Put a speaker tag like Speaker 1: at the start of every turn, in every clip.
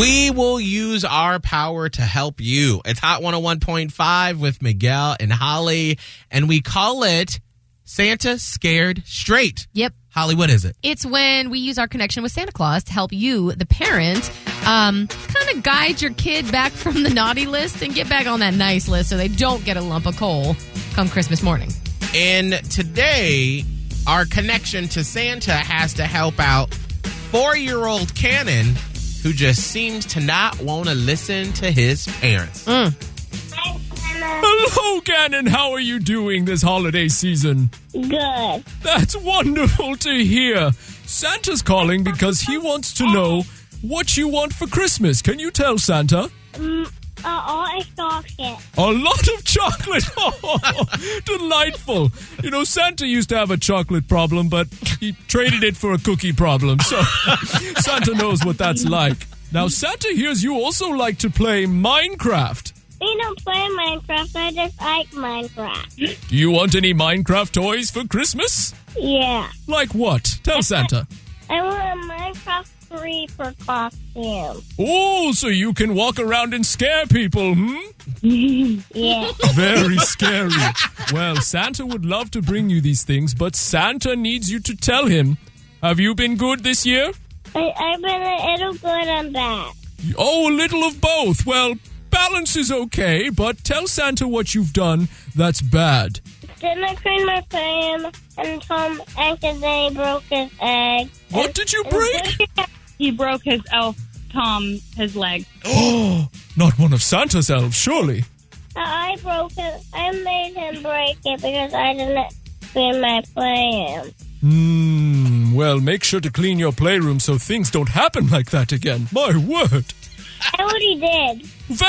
Speaker 1: We will use our power to help you. It's Hot 101.5 with Miguel and Holly, and we call it Santa Scared Straight.
Speaker 2: Yep.
Speaker 1: Holly, what is it?
Speaker 2: It's when we use our connection with Santa Claus to help you, the parent, um, kind of guide your kid back from the naughty list and get back on that nice list so they don't get a lump of coal come Christmas morning.
Speaker 1: And today, our connection to Santa has to help out four year old Cannon, who just seems to not want to listen to his parents.
Speaker 3: Hello, Gannon. How are you doing this holiday season?
Speaker 4: Good.
Speaker 3: That's wonderful to hear. Santa's calling because he wants to know what you want for Christmas. Can you tell Santa?
Speaker 4: Uh, all chocolate.
Speaker 3: A lot of chocolate. Oh, delightful. You know, Santa used to have a chocolate problem, but he traded it for a cookie problem. So Santa knows what that's like. Now, Santa hears you also like to play Minecraft.
Speaker 4: We don't play Minecraft. I just like Minecraft.
Speaker 3: Do you want any Minecraft toys for Christmas?
Speaker 4: Yeah.
Speaker 3: Like what? Tell Santa.
Speaker 4: I want a Minecraft creeper costume.
Speaker 3: Oh, so you can walk around and scare people, hmm?
Speaker 4: Yeah.
Speaker 3: Very scary. well, Santa would love to bring you these things, but Santa needs you to tell him. Have you been good this year?
Speaker 4: I, I've been a little good on that.
Speaker 3: Oh, a little of both. Well, balance is okay, but tell Santa what you've done that's bad.
Speaker 4: Then I cleaned my frame and Tom accidentally broke his egg.
Speaker 3: What did you break?
Speaker 5: Oh, He broke his elf Tom his leg.
Speaker 3: Not one of Santa's elves, surely.
Speaker 4: Uh, I I broke it. I made him break it because I didn't clean my frame.
Speaker 3: Hmm, well, make sure to clean your playroom so things don't happen like that again. My word.
Speaker 4: I already did.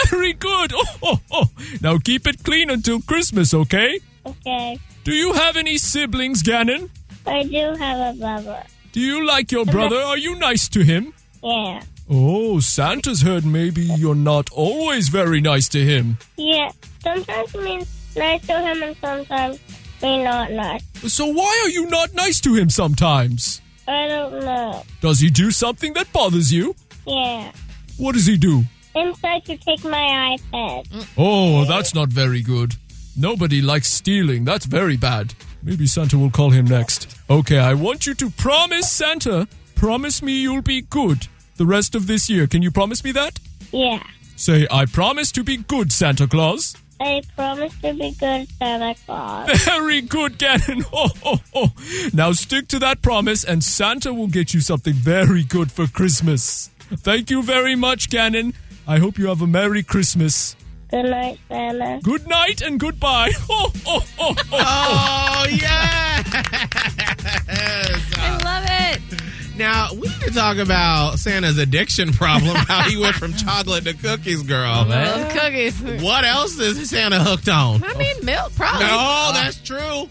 Speaker 3: Very good. Oh, oh, oh. Now keep it clean until Christmas, okay?
Speaker 4: Okay.
Speaker 3: Do you have any siblings, Gannon?
Speaker 4: I do have a brother.
Speaker 3: Do you like your brother? Are you nice to him?
Speaker 4: Yeah.
Speaker 3: Oh, Santa's heard maybe you're not always very nice to him.
Speaker 4: Yeah, sometimes mean nice to him and sometimes mean not nice.
Speaker 3: So why are you not nice to him sometimes?
Speaker 4: I don't know.
Speaker 3: Does he do something that bothers you?
Speaker 4: Yeah.
Speaker 3: What does he do?
Speaker 4: Inside to take my iPad.
Speaker 3: Oh, that's not very good. Nobody likes stealing. That's very bad. Maybe Santa will call him next. Okay, I want you to promise Santa, promise me you'll be good the rest of this year. Can you promise me that?
Speaker 4: Yeah.
Speaker 3: Say, I promise to be good, Santa Claus.
Speaker 4: I promise to be good Santa Claus.
Speaker 3: Very good, Gannon. Oh, oh, oh. Now stick to that promise, and Santa will get you something very good for Christmas. Thank you very much, Gannon. I hope you have a Merry Christmas.
Speaker 4: Good night, Santa.
Speaker 3: Good night and goodbye. Oh, oh, oh, oh.
Speaker 1: Oh, yeah.
Speaker 2: I love it.
Speaker 1: Now, we need to talk about Santa's addiction problem, how he went from chocolate to cookies, girl.
Speaker 2: Love cookies.
Speaker 1: What else is Santa hooked on?
Speaker 2: I mean, milk probably.
Speaker 1: No, that's true.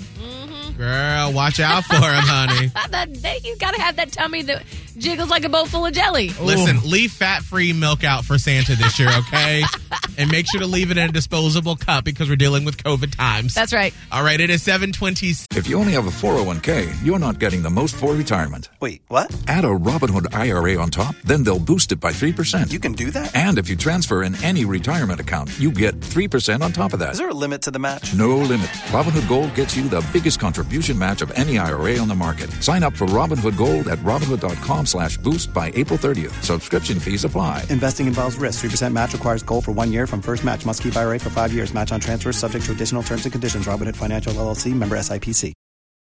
Speaker 1: Girl, watch out for him, honey.
Speaker 2: That, that, you gotta have that tummy that jiggles like a bowl full of jelly.
Speaker 1: Listen, leave fat free milk out for Santa this year, okay? and make sure to leave it in a disposable cup because we're dealing with COVID times.
Speaker 2: That's right.
Speaker 1: All right, it is 726.
Speaker 6: If you only have a 401k, you're not getting the most for retirement.
Speaker 7: Wait, what?
Speaker 6: Add a Robinhood IRA on top, then they'll boost it by 3%.
Speaker 7: You can do that?
Speaker 6: and if you transfer in any retirement account, you get 3% on top of that.
Speaker 7: Is there a limit to the match?
Speaker 6: No limit. Robinhood Gold gets you the biggest contribution match of any IRA on the market. Sign up for Robinhood Gold at Robinhood.com slash boost by April 30th. Subscription fees apply.
Speaker 7: Investing involves risk. 3% match requires gold for one year from first match. Must keep IRA for five years. Match on transfers subject to additional terms and conditions. Robinhood Financial LLC member SIPC.